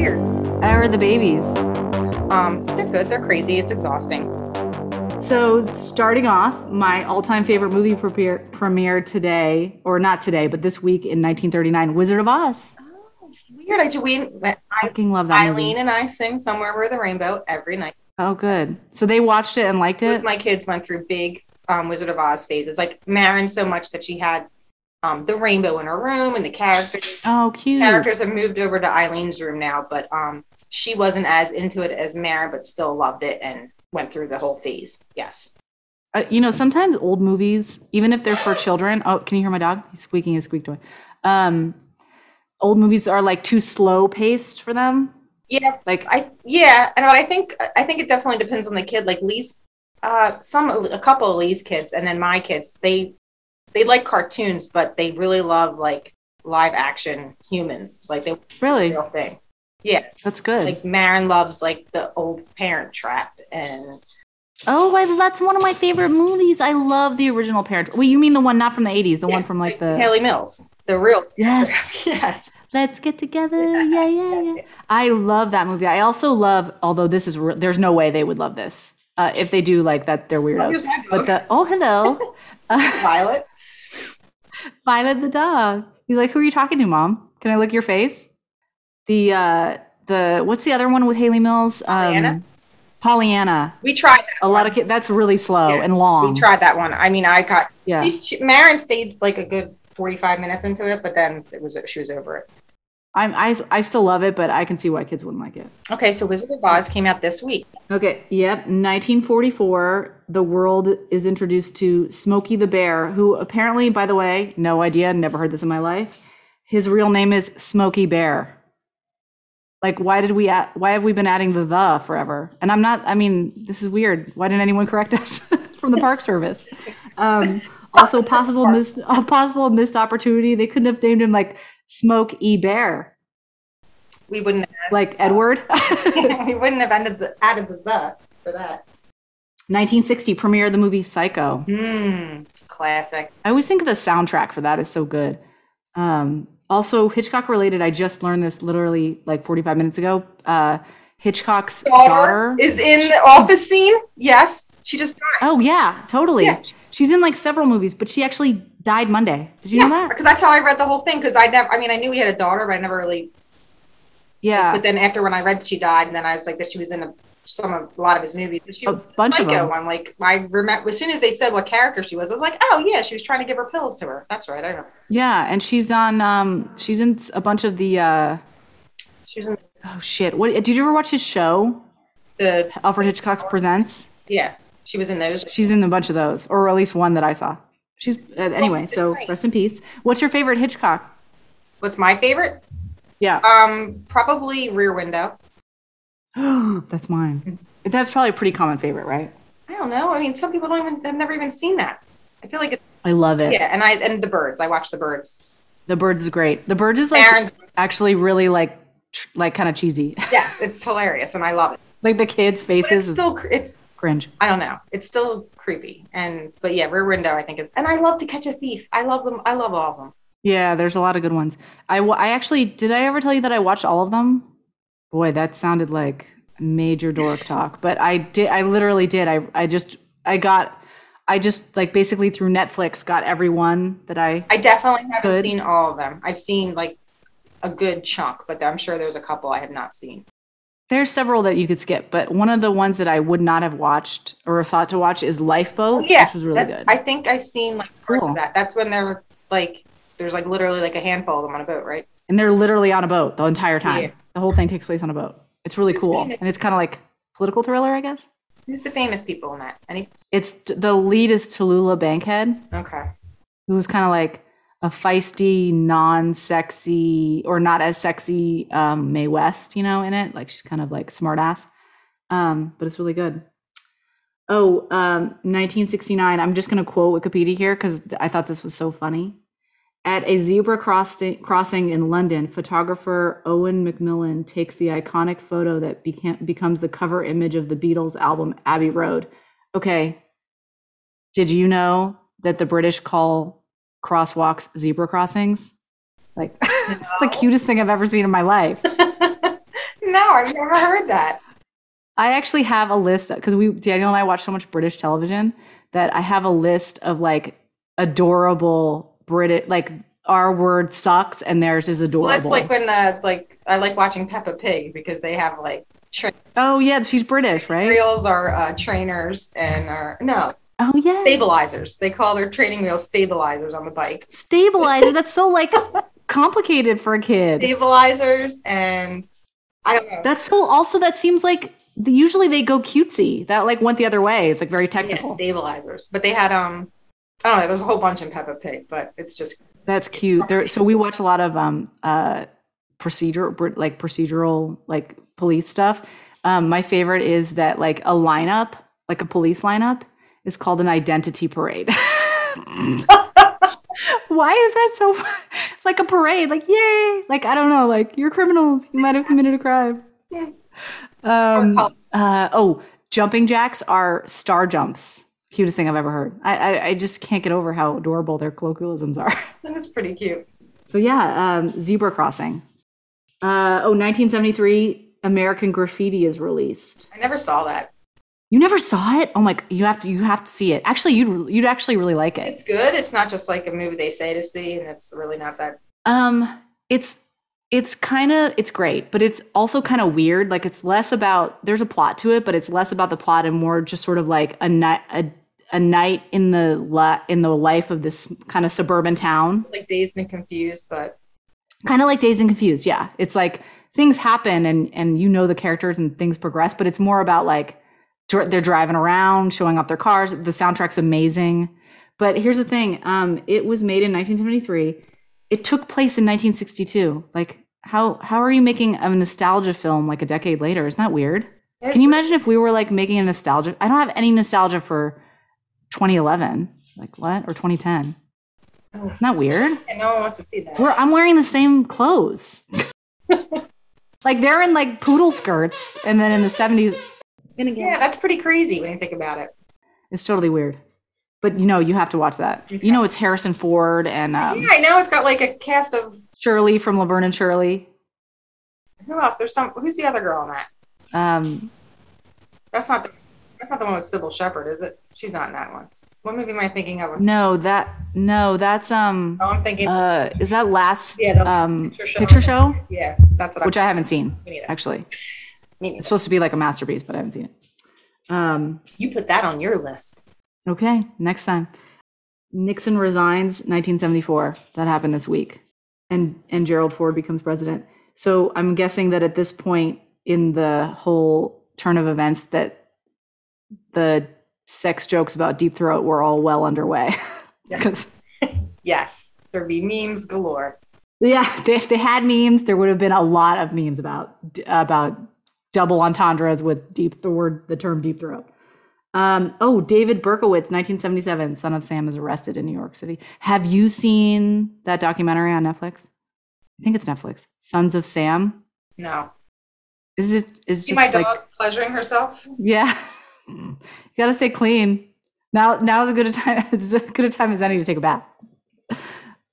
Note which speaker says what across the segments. Speaker 1: How are the babies?
Speaker 2: Um, they're good. They're crazy. It's exhausting.
Speaker 1: So, starting off, my all time favorite movie premiere, premiere today, or not today, but this week in 1939, Wizard of Oz.
Speaker 2: It's weird. I do. We, I,
Speaker 1: Fucking love that
Speaker 2: Eileen
Speaker 1: movie.
Speaker 2: and I sing somewhere over the rainbow every night.
Speaker 1: Oh, good. So, they watched it and liked
Speaker 2: Both
Speaker 1: it?
Speaker 2: my kids went through big um, Wizard of Oz phases. Like Marin so much that she had um, the rainbow in her room and the characters.
Speaker 1: oh, cute.
Speaker 2: Characters have moved over to Eileen's room now, but um, she wasn't as into it as Marin, but still loved it and went through the whole phase. Yes.
Speaker 1: Uh, you know, sometimes old movies, even if they're for children. Oh, can you hear my dog? He's squeaking his squeak toy. Um, old movies are like too slow paced for them.
Speaker 2: Yeah,
Speaker 1: Like,
Speaker 2: I yeah, and but I think I think it definitely depends on the kid. Like Lee's, uh, some a couple of Lee's kids, and then my kids. They they like cartoons, but they really love like live action humans. Like they
Speaker 1: really,
Speaker 2: real thing.
Speaker 1: that's good.
Speaker 2: Like Marin loves like the old Parent Trap, and
Speaker 1: oh, I, that's one of my favorite movies. I love the original Parent. Wait, you mean the one not from the '80s, the one
Speaker 2: Yeah,
Speaker 1: from like the
Speaker 2: Haley Mills, the real.
Speaker 1: yes.
Speaker 2: yes.
Speaker 1: Let's get together. Yeah, yeah, yeah. I love that movie. I also love, although this is re- there's no way they would love this. Uh, if they do like that, they're weirdos. But the oh hello, Uh,
Speaker 2: Violet.
Speaker 1: Violet the dog. He's like, "Who are you talking to, mom? Can I lick your face?" The uh the what's the other one with Haley Mills? Um,
Speaker 2: Pollyanna?
Speaker 1: Pollyanna.
Speaker 2: We tried.
Speaker 1: A lot of ki- that's really slow
Speaker 2: Yeah,
Speaker 1: and long.
Speaker 2: We tried that one. I mean, I got.
Speaker 1: Um, Yeah.
Speaker 2: She's, she, Marin stayed like a good forty-five minutes into it, but then it was she was over it.
Speaker 1: I'm I I still love it, but I can see why kids wouldn't like it.
Speaker 2: Okay, so Wizard of Oz came out this week.
Speaker 1: Okay. Yep. 1944. The world is introduced to Smokey the Bear, who apparently, by the way, no idea, never heard this in my life. His real name is Smokey Bear. Like, why did we? Add, why have we been adding the the forever? And I'm not. I mean, this is weird. Why didn't anyone correct us from the Park Service? Um, also, possible missed, a possible missed opportunity. They couldn't have named him like Smoke E Bear,
Speaker 2: We wouldn't
Speaker 1: like Edward.
Speaker 2: we wouldn't have ended the added the, the for that.
Speaker 1: 1960 premiere of the movie Psycho.
Speaker 2: Hmm. Classic.
Speaker 1: I always think the soundtrack for that is so good. Um, also, Hitchcock related, I just learned this literally like 45 minutes ago. Uh, Hitchcock's daughter.
Speaker 2: is in the office scene. Yes, she just died.
Speaker 1: oh, yeah, totally.
Speaker 2: Yeah.
Speaker 1: She's in like several movies, but she actually died Monday. Did you know
Speaker 2: Yes,
Speaker 1: that?
Speaker 2: because that's how I read the whole thing. Because I never, I mean, I knew he had a daughter, but I never really.
Speaker 1: Yeah.
Speaker 2: But then after when I read she died, and then I was like that she was in a, some of a lot of his movies. But she
Speaker 1: A
Speaker 2: was
Speaker 1: bunch of
Speaker 2: Psycho.
Speaker 1: them.
Speaker 2: I'm like, I remember as soon as they said what character she was, I was like, oh yeah, she was trying to give her pills to her. That's right. I know.
Speaker 1: Yeah. And she's on, um, she's in a bunch of the, uh,
Speaker 2: She was in
Speaker 1: oh shit. What, did you ever watch his show,
Speaker 2: the
Speaker 1: Alfred Hitchcock Presents?
Speaker 2: yeah. She was in those.
Speaker 1: She's in a bunch of those, or at least one that I saw. She's, uh, anyway, so rest in peace. What's your favorite Hitchcock?
Speaker 2: What's my favorite?
Speaker 1: Yeah.
Speaker 2: Um, probably Rear Window. Uh,
Speaker 1: That's mine. That's probably a pretty common favorite, right?
Speaker 2: I don't know. I mean, some people don't even have never even seen that. I feel like it's
Speaker 1: I love it.
Speaker 2: yeah, and I and the birds. I watch the birds.
Speaker 1: The Birds is great. The Birds is like
Speaker 2: Aaron's-
Speaker 1: actually really like tr- like kind of cheesy.
Speaker 2: Yes, it's hilarious, and I love it.
Speaker 1: like the kids'
Speaker 2: But it's
Speaker 1: faces is
Speaker 2: still cr- it's
Speaker 1: cringe.
Speaker 2: I don't know. It's still creepy, and but yeah, Rear Window I think is. And I love to catch a thief. I love them. I love all of them.
Speaker 1: Yeah, there's a lot of good ones. I wa- I actually did I ever tell you that I watched all of them? Boy, that sounded like major dork talk, but I did I literally did. I I just I got I just like basically through Netflix got every one that I
Speaker 2: I definitely haven't
Speaker 1: Good.
Speaker 2: seen all of them. I've seen like a good chunk, but I'm sure there's a couple I have not seen.
Speaker 1: There's several that you could skip, but one of the ones that I would not have watched or thought to watch is Lifeboat,
Speaker 2: Yeah,
Speaker 1: which was really
Speaker 2: that's,
Speaker 1: good.
Speaker 2: I think I've seen like parts
Speaker 1: Cool.
Speaker 2: of that. That's when they're like there's like literally like a handful of them on a boat, right?
Speaker 1: and they're literally on a boat the entire time.
Speaker 2: Yeah.
Speaker 1: The whole thing takes place on a boat. It's really
Speaker 2: It's
Speaker 1: cool.
Speaker 2: famous.
Speaker 1: And it's kind of like political thriller, I guess.
Speaker 2: Who's the famous people in that? Any?
Speaker 1: It's the lead is Tallulah Bankhead,
Speaker 2: Okay.
Speaker 1: who was kind of like a feisty, non-sexy or not as sexy um, Mae West, you know, in it. Like she's kind of like smartass, um, but it's really good. Oh, um, 1969. I'm just going to quote Wikipedia here because I thought this was so funny. At a zebra crossing, crossing in London, photographer Owen McMillan takes the iconic photo that beca- becomes the cover image of the Beatles album Abbey Road. Okay. Did you know that the British call crosswalks zebra crossings? Like, it's the cutest thing I've ever seen in my life.
Speaker 2: know. I've never heard that.
Speaker 1: I actually have a list because we Daniel and I watch so much British television that I have a list of like adorable British like our word sucks and theirs is adorable.
Speaker 2: Well, that's like when the like I like watching Peppa Pig because they have like tra-
Speaker 1: oh yeah, she's British, right?
Speaker 2: reels are uh, trainers and are no
Speaker 1: oh yeah,
Speaker 2: stabilizers. They call their training wheels stabilizers on the bike.
Speaker 1: stabilizer. That's so like complicated for a kid.
Speaker 2: Stabilizers and I don't know.
Speaker 1: That's so. Also, that seems like the- usually they go cutesy. That like went the other way. It's like very
Speaker 2: Yeah,
Speaker 1: technical.
Speaker 2: stabilizers. But they had um I don't know, there's a whole bunch in Peppa Pig, but it's just
Speaker 1: That's cute. There, so we watch a lot of um uh procedural br- like procedural like police stuff. Um, my favorite is that like a lineup, like a police lineup, is called an identity parade. Why is that so fun? It's like a parade? Like yay! Like I don't know. Like you're criminals. You might have committed a crime.
Speaker 2: Yeah.
Speaker 1: Um,
Speaker 2: Or call-
Speaker 1: uh, oh, jumping jacks are star jumps. Cutest thing I've ever heard. I, I I just can't get over how adorable their colloquialisms are.
Speaker 2: it is pretty cute.
Speaker 1: So yeah, um, zebra crossing. Uh, oh, 1973, American Graffiti is released.
Speaker 2: I never saw that.
Speaker 1: You never saw it? Oh my! g- You have to. You have to see it. Actually, you'd you'd actually really like it.
Speaker 2: It's good. It's not just like a movie they say to see and it's really not that
Speaker 1: Um, it's it's kind of it's great, but it's also kind of weird. Like it's less about there's a plot to it, but it's less about the plot and more just sort of like a night a, a night in the la- in the life of this kind of suburban town.
Speaker 2: like dazed and confused, but
Speaker 1: kind of like dazed and confused yeah it's like things happen and and you know the characters and things progress but it's more about like dr- they're driving around showing off their cars the soundtrack's amazing but here's the thing um it was made in 1973 it took place in 1962 like how how are you making a nostalgia film like a decade later isn't that weird can you imagine if we were like making a nostalgia i don't have any nostalgia for 2011 like what or 2010
Speaker 2: Ugh.
Speaker 1: isn't that weird
Speaker 2: and no one wants to see that.
Speaker 1: we're, I'm wearing the same clothes. like they're in like poodle skirts, and then in the 70s, and
Speaker 2: yeah, that's pretty crazy when you think about it.
Speaker 1: it's totally weird. But you know, you have to watch that. You know, it's Harrison Ford and um,
Speaker 2: yeah, I know it's got like a cast of
Speaker 1: Shirley from Laverne and Shirley.
Speaker 2: who else? There's some who's the other girl in that?
Speaker 1: Um,
Speaker 2: That's not the that's not the one with Sybil Shepherd, is it? She's not in that one. What movie am I thinking of?
Speaker 1: no, that no, that's um,
Speaker 2: Oh, I'm thinking
Speaker 1: uh, is that last
Speaker 2: Yeah, the
Speaker 1: um
Speaker 2: picture show.
Speaker 1: picture show,
Speaker 2: yeah, that's what I'm
Speaker 1: which I haven't seen
Speaker 2: thinking of.
Speaker 1: actually.
Speaker 2: Me neither.
Speaker 1: It's supposed to be like a masterpiece, but I haven't seen it. Um,
Speaker 2: You put that on your list.
Speaker 1: Okay, next time. Nixon resigns 1974. That happened this week. And and Gerald Ford becomes president. So I'm guessing that at this point in the whole turn of events that the sex jokes about deep throat were all well underway.
Speaker 2: Yeah.
Speaker 1: 'Cause-
Speaker 2: Yes, there'd be memes galore.
Speaker 1: yeah, they- if they had memes, there would have been a lot of memes about about double entendres with deep the word the term deep throat. Um, oh, David Berkowitz, 1977, Son of Sam is arrested in New York City. Have you seen that documentary on Netflix? I think it's Netflix. Sons of Sam.
Speaker 2: No,
Speaker 1: Is it? Is it
Speaker 2: see
Speaker 1: just
Speaker 2: my
Speaker 1: like
Speaker 2: dog pleasuring herself.
Speaker 1: yeah? you gotta stay clean. Now, now is a good a time as good a time as any to take a bath.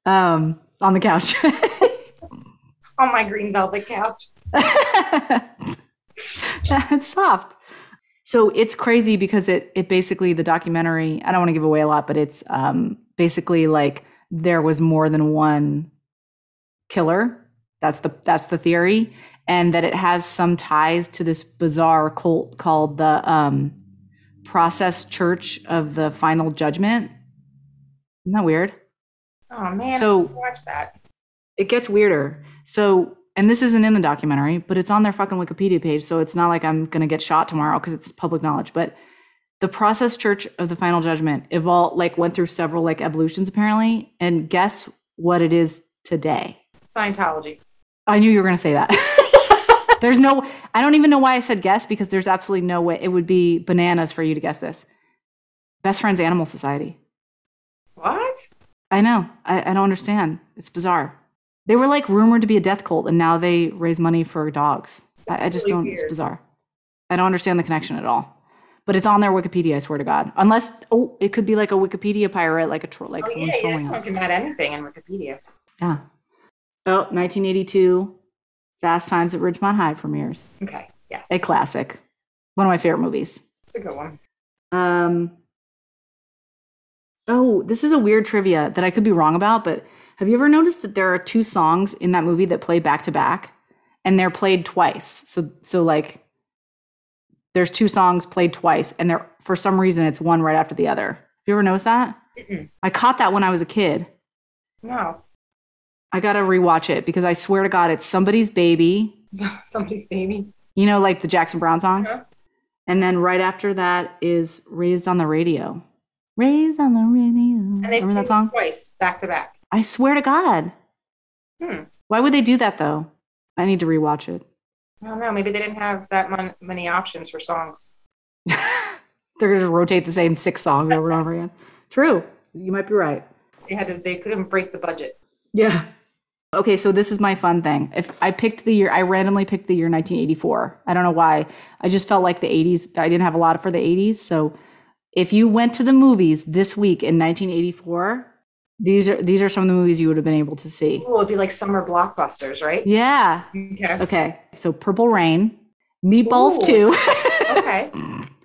Speaker 1: Um, on the couch.
Speaker 2: on my green velvet couch.
Speaker 1: it's soft. So it's crazy because it it basically the documentary. I don't want to give away a lot, but it's um, basically like there was more than one killer. That's the that's the theory, and that it has some ties to this bizarre cult called the um, Process Church of the Final Judgment. Isn't that weird?
Speaker 2: Oh man,
Speaker 1: So-
Speaker 2: I watch that.
Speaker 1: it gets weirder. So, and this isn't in the documentary, but it's on their fucking Wikipedia page. So it's not like I'm going to get shot tomorrow because it's public knowledge. But the process church of the final judgment evolved, like went through several like evolutions apparently. And guess what it is today?
Speaker 2: Scientology.
Speaker 1: I knew you were going to say that. there's no, I don't even know why I said guess because there's absolutely no way it would be bananas for you to guess this. Best Friends Animal Society.
Speaker 2: What?
Speaker 1: I know. I, I don't understand. It's bizarre. They were like rumored to be a death cult, and now they raise money for dogs. I, I just
Speaker 2: Really
Speaker 1: don't. It's
Speaker 2: weird.
Speaker 1: bizarre. I don't understand the connection at all. But it's on their Wikipedia. I swear to God. Unless oh, it could be like a Wikipedia pirate, like a troll, like
Speaker 2: Oh
Speaker 1: someone's
Speaker 2: yeah, yeah.
Speaker 1: trolling
Speaker 2: You
Speaker 1: us.
Speaker 2: can add anything in Wikipedia.
Speaker 1: Yeah. Oh, 1982. Fast Times at Ridgemont High premieres.
Speaker 2: Okay. Yes.
Speaker 1: A classic. One of my favorite movies.
Speaker 2: It's a good one.
Speaker 1: Um, oh, this is a weird trivia that I could be wrong about, but have you ever noticed that there are two songs in that movie that play back to back, and they're played twice? So, so like, there's two songs played twice, and they're for some reason it's one right after the other. Have you ever noticed that?
Speaker 2: Mm-mm.
Speaker 1: I caught that when I was a kid.
Speaker 2: No.
Speaker 1: I gotta rewatch it because I swear to God, it's somebody's baby.
Speaker 2: Somebody's baby.
Speaker 1: You know, like the Jackson Brown song.
Speaker 2: Yeah.
Speaker 1: And then right after that is "Raised on the Radio." Raised on the radio.
Speaker 2: And they
Speaker 1: Remember
Speaker 2: played
Speaker 1: that song?
Speaker 2: twice back to back.
Speaker 1: I swear to God.
Speaker 2: Hmm.
Speaker 1: Why would they do that though? I need to rewatch it.
Speaker 2: I don't know. Maybe they didn't have that mon- many options for songs.
Speaker 1: They're gonna rotate the same six songs over and over again. True. You might be right.
Speaker 2: They had to, they couldn't break the budget.
Speaker 1: Yeah. Okay, so this is my fun thing. If I picked the year, I randomly picked the year 1984. I don't know why. I just felt like the 80s, I didn't have a lot for the 80s. So if you went to the movies this week in 1984, these are these are some of the movies you would have been able to see.
Speaker 2: Well, it'd be like summer blockbusters, right?
Speaker 1: Yeah.
Speaker 2: Okay.
Speaker 1: Okay. So Purple Rain, Meatballs
Speaker 2: Ooh.
Speaker 1: 2.
Speaker 2: Okay.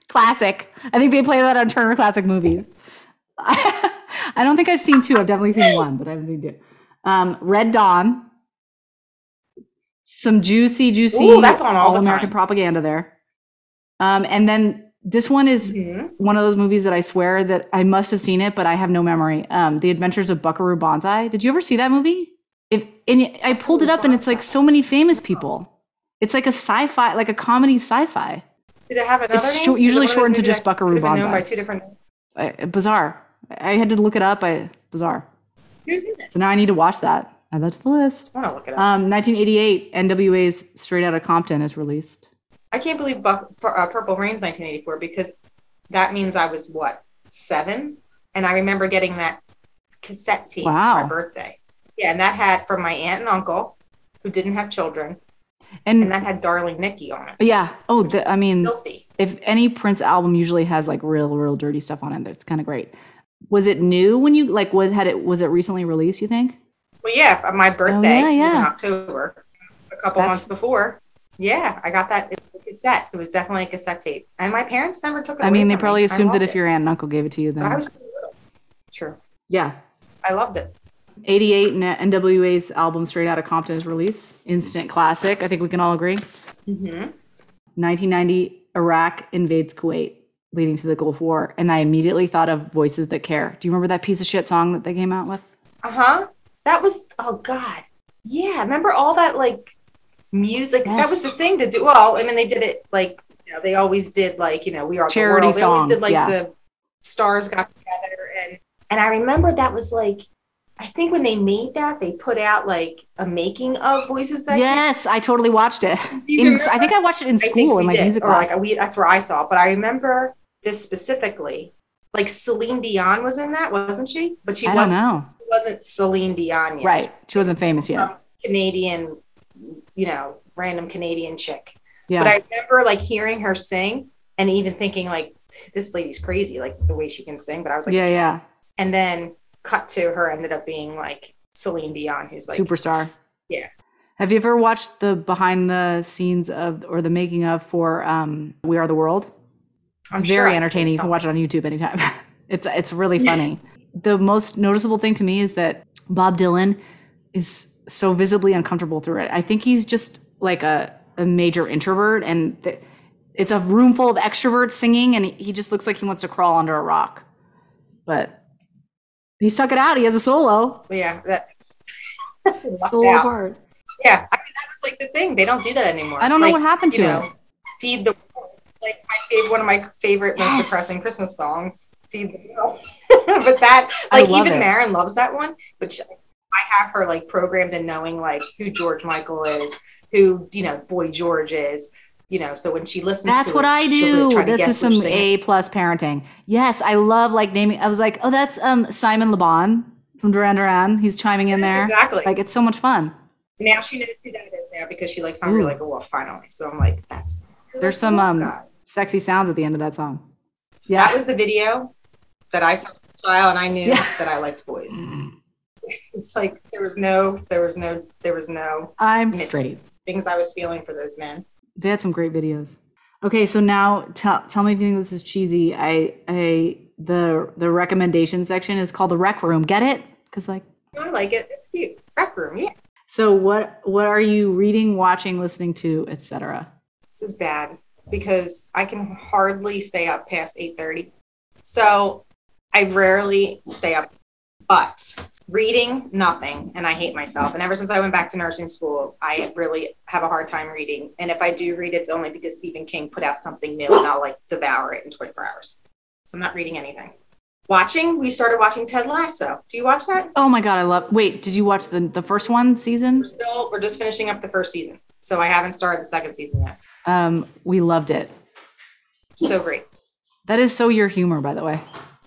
Speaker 1: classic. I think they play that on Turner Classic Movies. I don't think I've seen two. I've definitely seen one, but I haven't seen two. Um, Red Dawn. Some juicy, juicy.
Speaker 2: Ooh, that's on all the
Speaker 1: American
Speaker 2: time.
Speaker 1: propaganda there. Um, and then this one is
Speaker 2: Mhm.
Speaker 1: one of those movies that I swear that I must have seen it, but I have no memory. Um, the Adventures of Buckaroo Banzai. Did you ever see that movie? If and I pulled it up, and it's like so many famous people. It's like a sci-fi, like a comedy sci-fi.
Speaker 2: Did it have another
Speaker 1: It's
Speaker 2: name?
Speaker 1: short-
Speaker 2: Is it
Speaker 1: usually
Speaker 2: one of those
Speaker 1: shortened to
Speaker 2: movies
Speaker 1: just
Speaker 2: that
Speaker 1: Buckaroo
Speaker 2: could've been known
Speaker 1: Banzai.
Speaker 2: by two different.
Speaker 1: I, bizarre. I had to look it up. I bizarre.
Speaker 2: Who's in it?
Speaker 1: So now I need to watch that. And that's the list.
Speaker 2: I want to look it up.
Speaker 1: Um, 1988, NWA's Straight Outta Compton is released.
Speaker 2: I can't believe Buck, Pur- uh, Purple Rain's 1984 because that means I was what seven, and I remember getting that cassette tape for
Speaker 1: Wow.
Speaker 2: my birthday. Yeah, and that had from my aunt and uncle who didn't have children, and
Speaker 1: And
Speaker 2: that had "Darling Nikki" on it.
Speaker 1: yeah, oh, the, I mean,
Speaker 2: Filthy.
Speaker 1: if any Prince album usually has like real, real dirty stuff on it, that's kind of great. Was it new when you like was had it was it recently released? You think?
Speaker 2: Well, yeah, f- my birthday
Speaker 1: Oh, yeah,
Speaker 2: was in
Speaker 1: yeah.
Speaker 2: October, a couple
Speaker 1: That's-
Speaker 2: months before. Yeah, I got that cassette. It was definitely a cassette tape, and my parents never took it.
Speaker 1: I
Speaker 2: away
Speaker 1: mean, they
Speaker 2: from me.
Speaker 1: probably
Speaker 2: I
Speaker 1: assumed that
Speaker 2: loved
Speaker 1: if
Speaker 2: it.
Speaker 1: your aunt and uncle gave it to you,
Speaker 2: But I
Speaker 1: then
Speaker 2: was pretty little. True,
Speaker 1: yeah.
Speaker 2: I loved it.
Speaker 1: 88 N- NWA's album Straight Outta Compton is released. Instant classic. I think we can all agree. Mm-hmm.
Speaker 2: hmm
Speaker 1: 1990 Iraq invades Kuwait, leading to the Gulf War, and I immediately thought of Voices That Care. Do you remember that piece of shit song that they came out with?
Speaker 2: Uh huh. That was oh god. Yeah, remember all that like music? That was the
Speaker 1: Yes.
Speaker 2: thing to do. Well, I mean, they did it like you know, they always did like you know we are
Speaker 1: Charity
Speaker 2: the world. They always did
Speaker 1: songs,
Speaker 2: like
Speaker 1: yeah.
Speaker 2: the stars got together and and I remember that was like I think when they made that they put out like a making of voices that
Speaker 1: yes, I totally watched it.
Speaker 2: You
Speaker 1: In,
Speaker 2: remember?
Speaker 1: I think I watched it in
Speaker 2: I think
Speaker 1: school
Speaker 2: we
Speaker 1: in like
Speaker 2: did,
Speaker 1: music
Speaker 2: or
Speaker 1: class.
Speaker 2: like we that's where I saw. it. But I remember this specifically. Like Celine Dion was in that, wasn't she? But she
Speaker 1: I don't
Speaker 2: wasn't
Speaker 1: know.
Speaker 2: wasn't Celine Dion yet.
Speaker 1: Right, she wasn't famous
Speaker 2: Uh-huh.
Speaker 1: yet.
Speaker 2: Canadian, you know, random Canadian chick.
Speaker 1: Yeah,
Speaker 2: But I remember like hearing her sing and even thinking like, this lady's crazy, like the way she can sing. But I was like,
Speaker 1: yeah, yeah,
Speaker 2: and then cut to her ended up being like Celine Dion, who's like
Speaker 1: superstar.
Speaker 2: yeah.
Speaker 1: Have you ever watched the behind the scenes of or the making of for um, We Are the World?
Speaker 2: I'm
Speaker 1: it's
Speaker 2: sure
Speaker 1: very
Speaker 2: I've seen
Speaker 1: entertaining. You can
Speaker 2: something.
Speaker 1: watch it on YouTube anytime. it's it's really funny. the most noticeable thing to me is that Bob Dylan is so visibly uncomfortable through it. I think he's just like a, a major introvert, and th- it's a room full of extroverts singing, and he just looks like he wants to crawl under a rock. But he stuck it out. He has a solo.
Speaker 2: Yeah, that.
Speaker 1: Solo
Speaker 2: yeah,
Speaker 1: part.
Speaker 2: yeah. I mean, that was like the thing. They don't do that anymore.
Speaker 1: I don't know
Speaker 2: Like,
Speaker 1: what happened
Speaker 2: you
Speaker 1: to
Speaker 2: know,
Speaker 1: him.
Speaker 2: feed the world. Like I saved one of my favorite,
Speaker 1: Yes.
Speaker 2: most depressing Christmas songs, "Feed the World." but that,
Speaker 1: I
Speaker 2: like,
Speaker 1: love
Speaker 2: even
Speaker 1: it.
Speaker 2: Marin loves that one. But she, I have her like programmed in knowing like who George Michael is, who you know Boy George is, you know. So when she listens,
Speaker 1: That's
Speaker 2: to
Speaker 1: what
Speaker 2: it,
Speaker 1: I
Speaker 2: she'll
Speaker 1: do.
Speaker 2: try to
Speaker 1: This
Speaker 2: guess
Speaker 1: is
Speaker 2: which
Speaker 1: some
Speaker 2: singer-
Speaker 1: A plus parenting. Yes, I love like naming. I was like, oh, that's um Simon LeBon from Duran Duran. He's chiming in
Speaker 2: Yes,
Speaker 1: there.
Speaker 2: exactly.
Speaker 1: Like it's so much fun.
Speaker 2: now she knows who that is now because she likes "Hungry
Speaker 1: Ooh.
Speaker 2: Like a Wolf" finally. So I'm like, that's
Speaker 1: There's some,
Speaker 2: Wolf
Speaker 1: um,
Speaker 2: guy.
Speaker 1: Sexy sounds at the end of that song.
Speaker 2: That
Speaker 1: Yeah,
Speaker 2: was the video that I saw as a child, and I knew
Speaker 1: Yeah.
Speaker 2: that I liked boys. it's like there was no, there was no, there was no.
Speaker 1: I'm
Speaker 2: Miss-
Speaker 1: straight.
Speaker 2: things I was feeling for those men.
Speaker 1: They had some great videos. Okay, so now tell tell me if you think this is cheesy. I I the the recommendation section is called the rec room. Get it? Because like
Speaker 2: I like it. It's cute. Rec room. Yeah.
Speaker 1: so what what are you reading, watching, listening to, etc.
Speaker 2: This is bad because I can hardly stay up past 8:30. So I rarely stay up but reading nothing and I hate myself. And ever since I went back to nursing school, I really have a hard time reading. And if I do read it's only because Stephen King put out something new and I'll like devour it in 24 hours. So I'm not reading anything. Watching, we started watching Ted Lasso. Do you watch that?
Speaker 1: Oh my god, I love. Wait, did you watch the the first one season?
Speaker 2: We're still we're just finishing up the first season. So I haven't started the second season yet.
Speaker 1: Um, we loved it.
Speaker 2: So great.
Speaker 1: That is so your humor, by the way.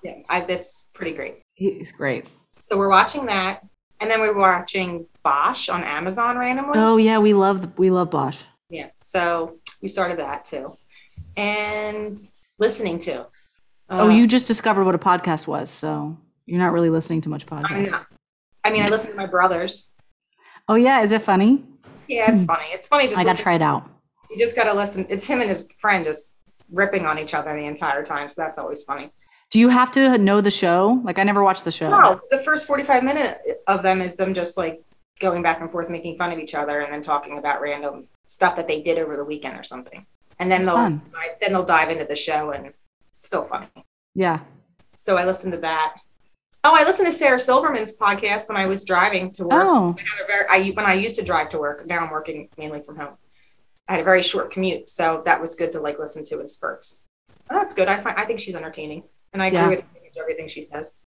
Speaker 2: Yeah, I, that's pretty great.
Speaker 1: He's great.
Speaker 2: So we're watching that, and then we were watching Bosch on Amazon randomly.
Speaker 1: Oh yeah, we love we love Bosch.
Speaker 2: Yeah. So we started that too, and listening to.
Speaker 1: Oh,
Speaker 2: Uh,
Speaker 1: you just discovered what a podcast was, so you're not really listening to much
Speaker 2: I'm
Speaker 1: podcast.
Speaker 2: not. I mean, I listen to my brothers.
Speaker 1: Oh yeah, is it funny?
Speaker 2: Yeah, it's funny. It's funny. Just
Speaker 1: Hmm. I got to
Speaker 2: listen-
Speaker 1: try it out.
Speaker 2: you just got to listen. It's him and his friend just ripping on each other the entire time. So that's always funny.
Speaker 1: Do you have to know the show? Like I never watched the show.
Speaker 2: No, 'cause the first 45 minute uh, of them is them just like going back and forth, making fun of each other, and then talking about random stuff that they did over the weekend or something. And then they'll
Speaker 1: fun.
Speaker 2: dive- then they'll dive into the show, and it's still funny.
Speaker 1: Yeah.
Speaker 2: So I listened to that. Oh, I listened to Sarah Silverman's podcast when I was driving to work.
Speaker 1: Oh,
Speaker 2: I had a very, I, when I used to drive to work, now I'm working mainly from home. I had a very short commute, so that was good to like listen to in spurts. And that's good. I find, I think she's entertaining, and I agree
Speaker 1: Yeah.
Speaker 2: with pretty much everything she says.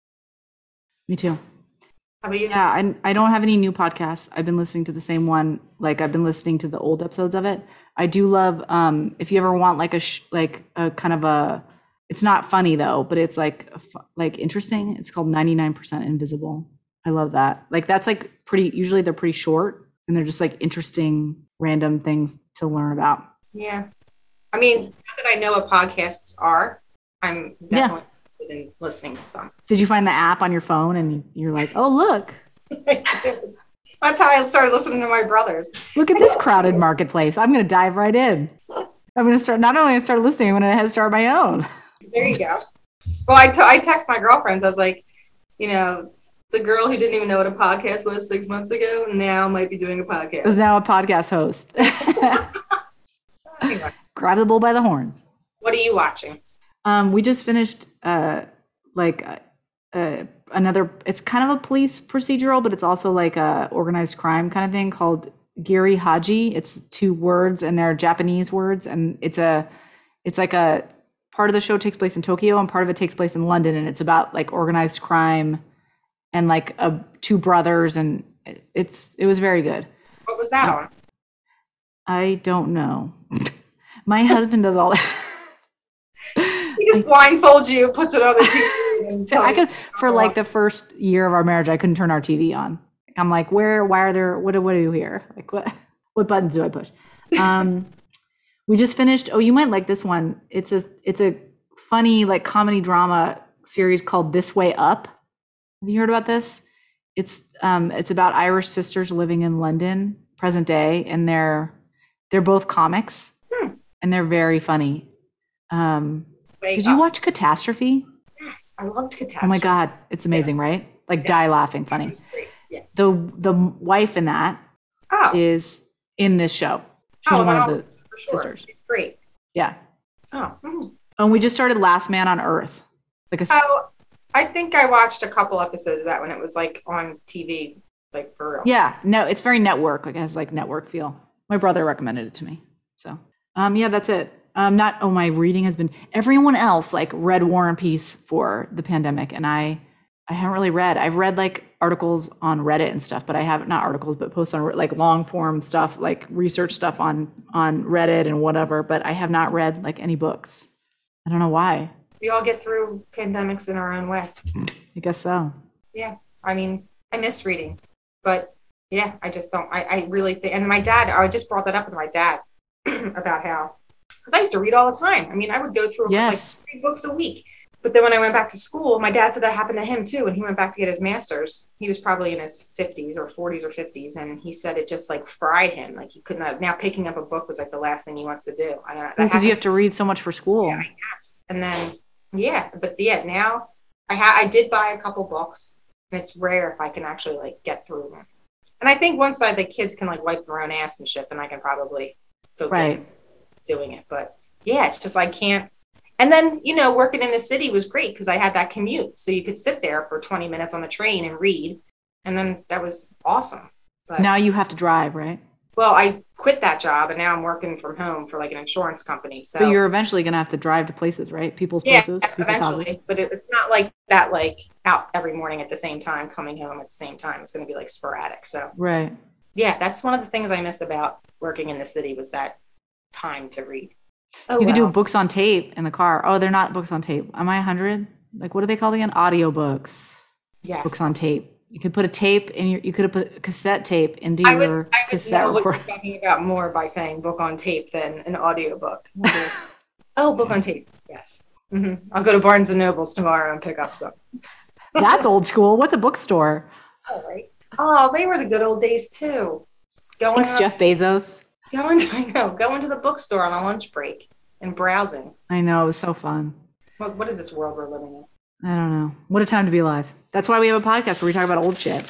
Speaker 1: me too.
Speaker 2: How about you?
Speaker 1: Yeah, I, I don't have any new podcasts. I've been listening to the same one. Like I've been listening to the old episodes of it. I do love um if you ever want like a sh- like a kind of a it's not funny though, but it's like a fu- like interesting. It's called 99% Invisible. I love that. Like that's like pretty usually they're pretty short and they're just like interesting random things to learn about.
Speaker 2: Yeah. I mean, now that I know what podcasts are, I'm
Speaker 1: Yeah.
Speaker 2: definitely interested in listening to some.
Speaker 1: Did you find the app on your phone and you're like, "Oh, look.
Speaker 2: That's how I started listening to my brothers.
Speaker 1: Look at this crowded marketplace. I'm going to dive right in. I'm going to start. Not only am I gonna start listening, I'm going to head start my own.
Speaker 2: There you go. Well, I, t- I text my girlfriends. I was like, you know, the girl who didn't even know what a podcast was six months ago now might be doing a podcast.
Speaker 1: Is now a podcast host.
Speaker 2: Anyway,
Speaker 1: Grab the bull by the horns.
Speaker 2: what are you watching?
Speaker 1: Um, we just finished uh, like uh, uh, another. It's kind of a police procedural, but it's also like a organized crime kind of thing called Giri Haji. It's two words, and they're Japanese words, and it's a, it's like a part of the show takes place in Tokyo, and part of it takes place in London, and it's about like organized crime, and like a, two brothers, and it's it was very good.
Speaker 2: What was that on?
Speaker 1: I don't know. My husband does all that.
Speaker 2: He just blindfolds you, puts it on the TV, and
Speaker 1: So I
Speaker 2: tells you.
Speaker 1: could for like the first year of our marriage, I couldn't turn our TV on. I'm like, where? Why are there? What? do- What are you here? Like, what? What buttons do I push? Um, we just finished. Oh, you might like this one. It's a it's a funny like comedy drama series called This Way Up. Have you heard about this? It's um it's about Irish sisters living in London present day, and they're they're both comics,
Speaker 2: Hmm.
Speaker 1: and they're very funny. Um,
Speaker 2: Wake
Speaker 1: did you
Speaker 2: up.
Speaker 1: watch Catastrophe?
Speaker 2: Yes, I loved Catastrophe.
Speaker 1: Oh my god, it's amazing, right? Like die laughing
Speaker 2: It
Speaker 1: funny.
Speaker 2: was great. Yes.
Speaker 1: The the wife in that
Speaker 2: oh,
Speaker 1: is in this show. She's
Speaker 2: Oh,
Speaker 1: one of
Speaker 2: wow.
Speaker 1: the
Speaker 2: for sure.
Speaker 1: sisters.
Speaker 2: It's great.
Speaker 1: yeah.
Speaker 2: Oh. mhm.
Speaker 1: And we just started Last Man on Earth. Like a s-
Speaker 2: Oh, I think I watched a couple episodes of that when it was like on TV, like for real.
Speaker 1: yeah, no, it's very network. Like it has like network feel. My brother recommended it to me. So um yeah, that's it. Um not oh my reading has been everyone else like read War and Peace for the pandemic and I I haven't really read. I've read like articles on Reddit and stuff, but I haven't not articles, but posts on like long form stuff, like research stuff on on Reddit and whatever. But I have not read like any books. I don't know why.
Speaker 2: We all get through pandemics in our own way.
Speaker 1: I guess so.
Speaker 2: I mean, I miss reading, but yeah, I just don't. I, I really think. And my dad, I just brought that up with my dad about how because I used to read all the time. I mean, I would go through
Speaker 1: Yes,
Speaker 2: like three books a week, But then when I went back to school, my dad said that happened to him too. When he went back to get his master's, he was probably in his 50s or 40s or 50s. And he said it just like fried him. Like he could not, now picking up a book was like the last thing he wants to do. I don't know. That
Speaker 1: because you have
Speaker 2: happened
Speaker 1: to read so much for school.
Speaker 2: Yeah. us. And then, yeah, but yeah, now I ha- I did buy a couple books and it's rare if I can actually like get through them. And I think once I, the kids can like wipe their own ass and shit, then I can probably focus
Speaker 1: Right.
Speaker 2: on doing it. But yeah, it's just I can't. And then you know, working in the city was great because I had that commute, so you could sit there for twenty minutes on the train and read, and then that was awesome. But
Speaker 1: Now you have to drive, right?
Speaker 2: well, I quit that job and now I'm working from home for like an insurance company. So
Speaker 1: but you're eventually going to have to drive to places, right? People's
Speaker 2: yeah,
Speaker 1: places. people's houses.
Speaker 2: eventually, but it, it's not like that. Like out every morning at the same time, coming home at the same time. It's going to be like sporadic. So
Speaker 1: Right.
Speaker 2: yeah, that's one of the things I miss about working in the city was that time to read. Oh,
Speaker 1: you could do
Speaker 2: wow.
Speaker 1: books on tape in the car. Oh, they're not books on tape. Am I 100? Like, what are they called again? Audiobooks.
Speaker 2: yes.
Speaker 1: Books on tape. You could put a tape in your, you could have put a cassette tape into
Speaker 2: I would,
Speaker 1: your
Speaker 2: I would
Speaker 1: cassette
Speaker 2: know what
Speaker 1: recorder.
Speaker 2: you're talking about more by saying book on tape than an audiobook. oh, book on tape. Yes. hmm I'll go to Barnes and Nobles tomorrow and pick up some.
Speaker 1: That's old school. What's a bookstore?
Speaker 2: All right. Oh, they were the good old days too. Going
Speaker 1: Thanks,
Speaker 2: on,
Speaker 1: Jeff Bezos.
Speaker 2: Going to, I know, going to the bookstore on a lunch break and browsing.
Speaker 1: I know. It was so fun.
Speaker 2: What, what is this world we're living
Speaker 1: I don't know. What a time to be alive. That's why we have a podcast where we talk about old shit.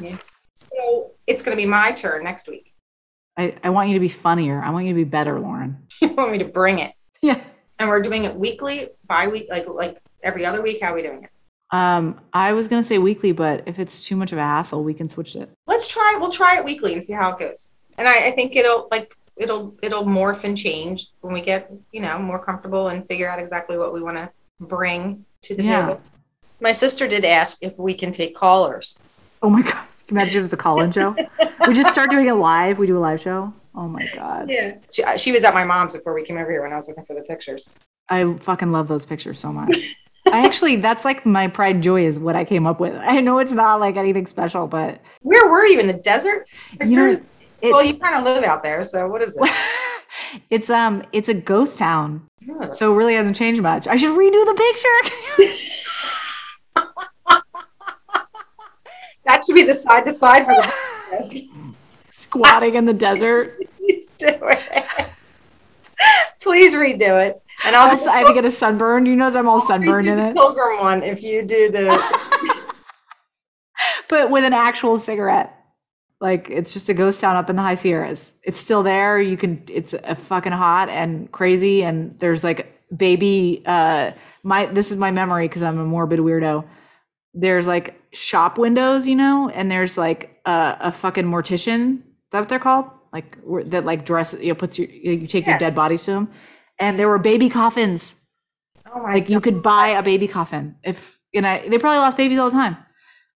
Speaker 2: in? Yeah. So it's going to be my turn next week.
Speaker 1: I, I want you to be funnier. I want you to be better, Lauren.
Speaker 2: you want me to bring it?
Speaker 1: Yeah.
Speaker 2: And we're doing it weekly, bi week, like like every other week. How are we doing it?
Speaker 1: Um, I was gonna say weekly, but if it's too much of a hassle, we can switch it.
Speaker 2: Let's try. We'll try it weekly and see how it goes. And I, I think it'll like it'll it'll morph and change when we get you know more comfortable and figure out exactly what we want to bring to the
Speaker 1: Yeah.
Speaker 2: table. My sister did ask if we can take callers.
Speaker 1: Oh my god! Can you Imagine if it was a call-in show. we just start doing it live. We do a live show. Oh my god!
Speaker 2: Yeah. She, I- she was at my mom's before we came over here when I was looking for the pictures.
Speaker 1: I fucking love those pictures so much. I actually, that's like my pride and joy is what I came up with. I know it's not like anything special, but
Speaker 2: Where were you in the desert?
Speaker 1: you know, it,
Speaker 2: well, you kind of live out there, so what is it?
Speaker 1: it's um, it's a ghost town,
Speaker 2: Hmm.
Speaker 1: so it really hasn't changed much. I should redo the picture.
Speaker 2: that should be the side to side for the podcast.
Speaker 1: Squatting in the desert.
Speaker 2: Please do it. Please redo it, and I'll
Speaker 1: I'll
Speaker 2: just
Speaker 1: just, I have to get a sunburn. You notice I'm all sunburned
Speaker 2: redo
Speaker 1: in
Speaker 2: the
Speaker 1: it.
Speaker 2: pilgrim one if you do the.
Speaker 1: but with an actual cigarette. Like it's just a ghost town up in the high Sierras. It's still there. You can. It's a fucking hot and crazy. And there's like baby. Uh, my this is my memory because I'm a morbid weirdo. There's like shop windows, you know, and there's like a, a fucking mortician. Is that what they're called? Like where- that like dress. You know, puts your you take
Speaker 2: Yeah.
Speaker 1: your dead bodies to them. And there were baby coffins.
Speaker 2: Oh my!
Speaker 1: Like you
Speaker 2: God.
Speaker 1: could buy a baby coffin if and I they probably lost babies all the time.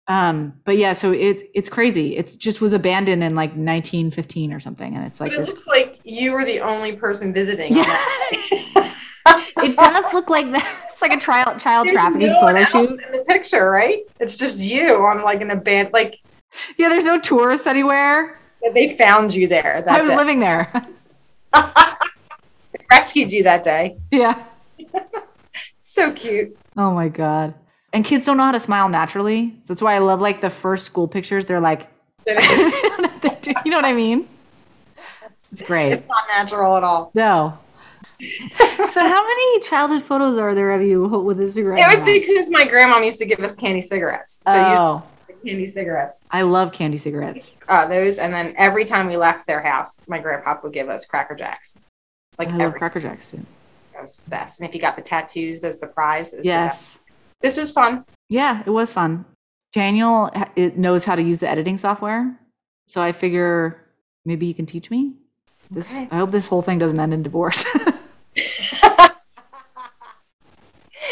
Speaker 1: Um, but yeah, so it's it's crazy. It's just was abandoned in like 1915 or something, and it's
Speaker 2: But
Speaker 1: like
Speaker 2: it
Speaker 1: this.
Speaker 2: looks like you were the only person visiting.
Speaker 1: Yeah, it does look like that. It's like a trial child
Speaker 2: There's
Speaker 1: trafficking
Speaker 2: no one
Speaker 1: photo
Speaker 2: else
Speaker 1: shoot.
Speaker 2: in the picture, right? It's just you on like an abandoned. Like
Speaker 1: Yeah, there's no tourists anywhere.
Speaker 2: they found you there. That
Speaker 1: I was
Speaker 2: day.
Speaker 1: living there.
Speaker 2: rescued you that day.
Speaker 1: yeah.
Speaker 2: So cute.
Speaker 1: Oh my god. And kids don't know how to smile naturally. So that's why I love like the first school pictures. They're like,
Speaker 2: It's
Speaker 1: they don't have to do- you know what I mean? It's great.
Speaker 2: not natural at all.
Speaker 1: No. so how many childhood photos are there of you with a cigarette?
Speaker 2: It was
Speaker 1: in your mouth?
Speaker 2: because my grandma used to give us candy cigarettes. So
Speaker 1: oh,
Speaker 2: you candy cigarettes.
Speaker 1: I love candy cigarettes.
Speaker 2: Uh, those, and then every time we left their house, my grandpa would give us Cracker Jacks. Like
Speaker 1: I love
Speaker 2: every,
Speaker 1: Oh, Cracker Jacks too.
Speaker 2: I was obsessed. And if you got the tattoos as the prize, it was the best.
Speaker 1: Yes.
Speaker 2: this was fun.
Speaker 1: Yeah, it was fun. Daniel ha- it knows how to use the editing software, so I figure maybe he can teach me. This
Speaker 2: Okay.
Speaker 1: I hope this whole thing doesn't end in divorce.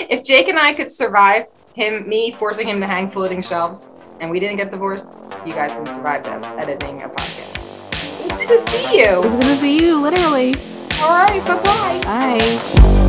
Speaker 2: If Jake and I could survive him, me forcing him to hang floating shelves, and we didn't get divorced, you guys can survive this editing a podcast. It was good to see you.
Speaker 1: it's good to see you, literally.
Speaker 2: All right, bye bye.
Speaker 1: Bye.